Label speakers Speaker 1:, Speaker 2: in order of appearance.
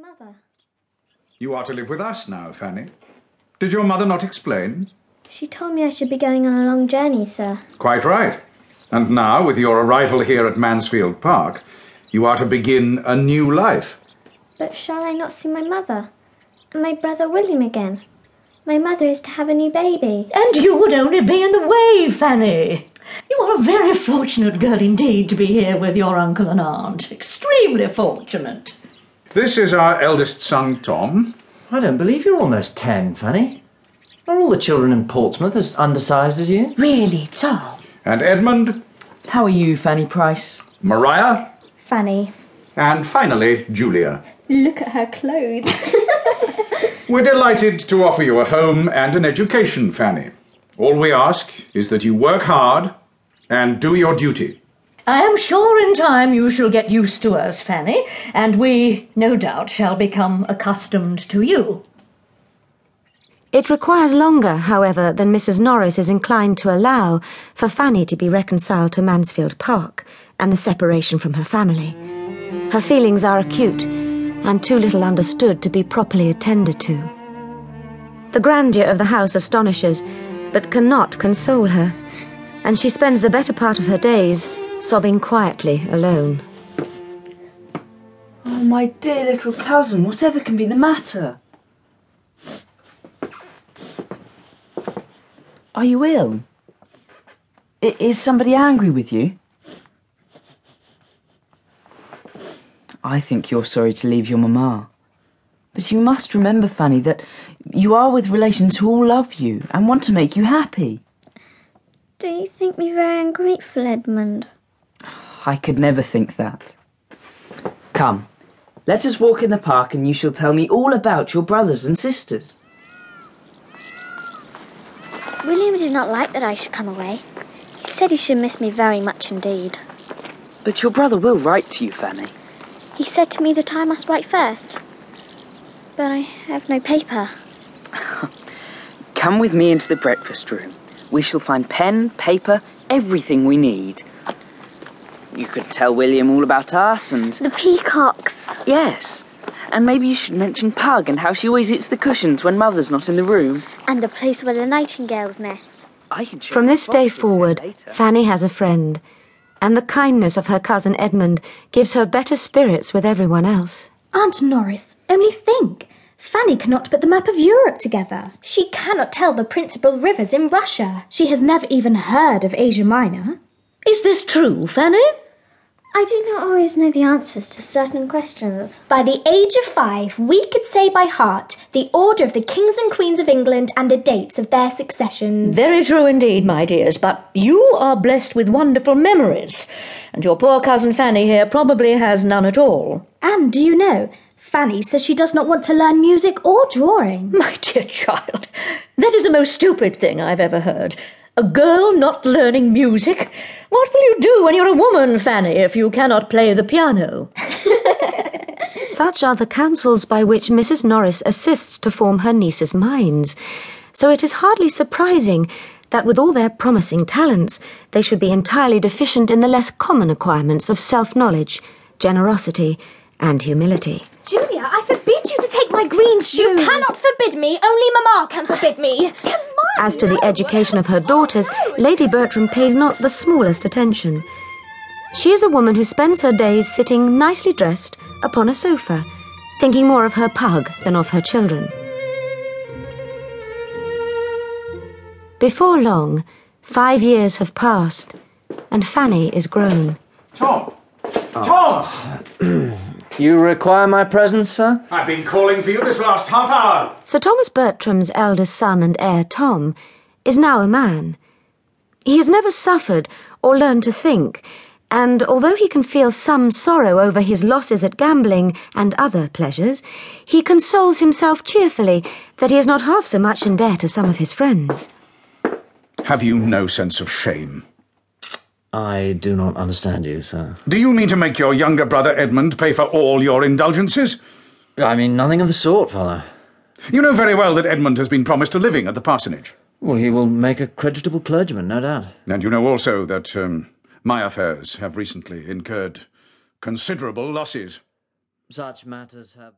Speaker 1: mother.
Speaker 2: You are to live with us now, Fanny. Did your mother not explain?
Speaker 1: She told me I should be going on a long journey, sir.
Speaker 2: Quite right. And now, with your arrival here at Mansfield Park, you are to begin a new life.
Speaker 1: But shall I not see my mother? And my brother William again? My mother is to have a new baby.
Speaker 3: And you would only be in the way, Fanny. You are a very fortunate girl indeed to be here with your uncle and aunt. Extremely fortunate.
Speaker 2: This is our eldest son, Tom.
Speaker 4: I don't believe you're almost ten, Fanny. Are all the children in Portsmouth as undersized as you?
Speaker 3: Really, Tom?
Speaker 2: And Edmund,
Speaker 5: How are you, Fanny Price?
Speaker 2: Maria,
Speaker 1: Fanny.
Speaker 2: and finally, Julia.
Speaker 6: Look at her clothes.
Speaker 2: We're delighted to offer you a home and an education, Fanny. All we ask is that you work hard and do your duty.
Speaker 3: I am sure in time you shall get used to us, Fanny, and we, no doubt, shall become accustomed to you.
Speaker 7: It requires longer, however, than Mrs. Norris is inclined to allow for Fanny to be reconciled to Mansfield Park and the separation from her family. Her feelings are acute and too little understood to be properly attended to. The grandeur of the house astonishes, but cannot console her, and she spends the better part of her days sobbing quietly alone.
Speaker 5: Oh, my dear little cousin, whatever can be the matter? Are you ill? I- is somebody angry with you? I think you're sorry to leave your mamma. But you must remember, Fanny, that you are with relations who all love you and want to make you happy.
Speaker 1: Do you think me very ungrateful, Edmund?
Speaker 5: I could never think that. Come, let us walk in the park and you shall tell me all about your brothers and sisters.
Speaker 1: William did not like that I should come away. He said he should miss me very much indeed.
Speaker 5: But your brother will write to you, Fanny.
Speaker 1: He said to me that I must write first. But I have no paper.
Speaker 5: Come with me into the breakfast room. We shall find pen, paper, everything we need. You could tell William all about us and.
Speaker 1: The peacocks.
Speaker 5: Yes. And maybe you should mention Pug and how she always eats the cushions when Mother's not in the room.
Speaker 1: And the place where the nightingales nest.
Speaker 5: I can show
Speaker 7: From
Speaker 5: you
Speaker 7: this day
Speaker 5: boxes, say,
Speaker 7: forward,
Speaker 5: later.
Speaker 7: Fanny has a friend, and the kindness of her cousin Edmund gives her better spirits with everyone else.
Speaker 6: Aunt Norris, only think. Fanny cannot put the map of Europe together. She cannot tell the principal rivers in Russia. She has never even heard of Asia Minor.
Speaker 3: Is this true, Fanny?
Speaker 1: I do not always know the answers to certain questions.
Speaker 6: By the age of five, we could say by heart the order of the kings and queens of England and the dates of their successions.
Speaker 3: Very true indeed, my dears, but you are blessed with wonderful memories, and your poor cousin Fanny here probably has none at all.
Speaker 6: and do you know, Fanny says she does not want to learn music or drawing.
Speaker 3: My dear child, that is the most stupid thing I've ever heard. A girl not learning music? What will you do when you're a woman, Fanny, if you cannot play the piano?
Speaker 7: Such are the counsels by which Mrs. Norris assists to form her nieces' minds. So it is hardly surprising that, with all their promising talents, they should be entirely deficient in the less common acquirements of self knowledge, generosity, and humility.
Speaker 6: Julia, I forbid you to take my green shoes. You cannot forbid me. Only Mamma can forbid me.
Speaker 7: As to the education of her daughters, Lady Bertram pays not the smallest attention. She is a woman who spends her days sitting nicely dressed upon a sofa, thinking more of her pug than of her children. Before long, five years have passed, and Fanny is grown.
Speaker 2: Tom! Ah. Tom!
Speaker 4: You require my presence, sir?
Speaker 2: I've been calling for you this last half hour.
Speaker 7: Sir Thomas Bertram's eldest son and heir, Tom, is now a man. He has never suffered or learned to think, and although he can feel some sorrow over his losses at gambling and other pleasures, he consoles himself cheerfully that he is not half so much in debt as some of his friends.
Speaker 2: Have you no sense of shame?
Speaker 4: I do not understand you, sir.
Speaker 2: Do you mean to make your younger brother Edmund pay for all your indulgences?
Speaker 4: I mean, nothing of the sort, father.
Speaker 2: You know very well that Edmund has been promised a living at the parsonage.
Speaker 4: Well, he will make a creditable clergyman, no doubt.
Speaker 2: And you know also that um, my affairs have recently incurred considerable losses.
Speaker 4: Such matters have.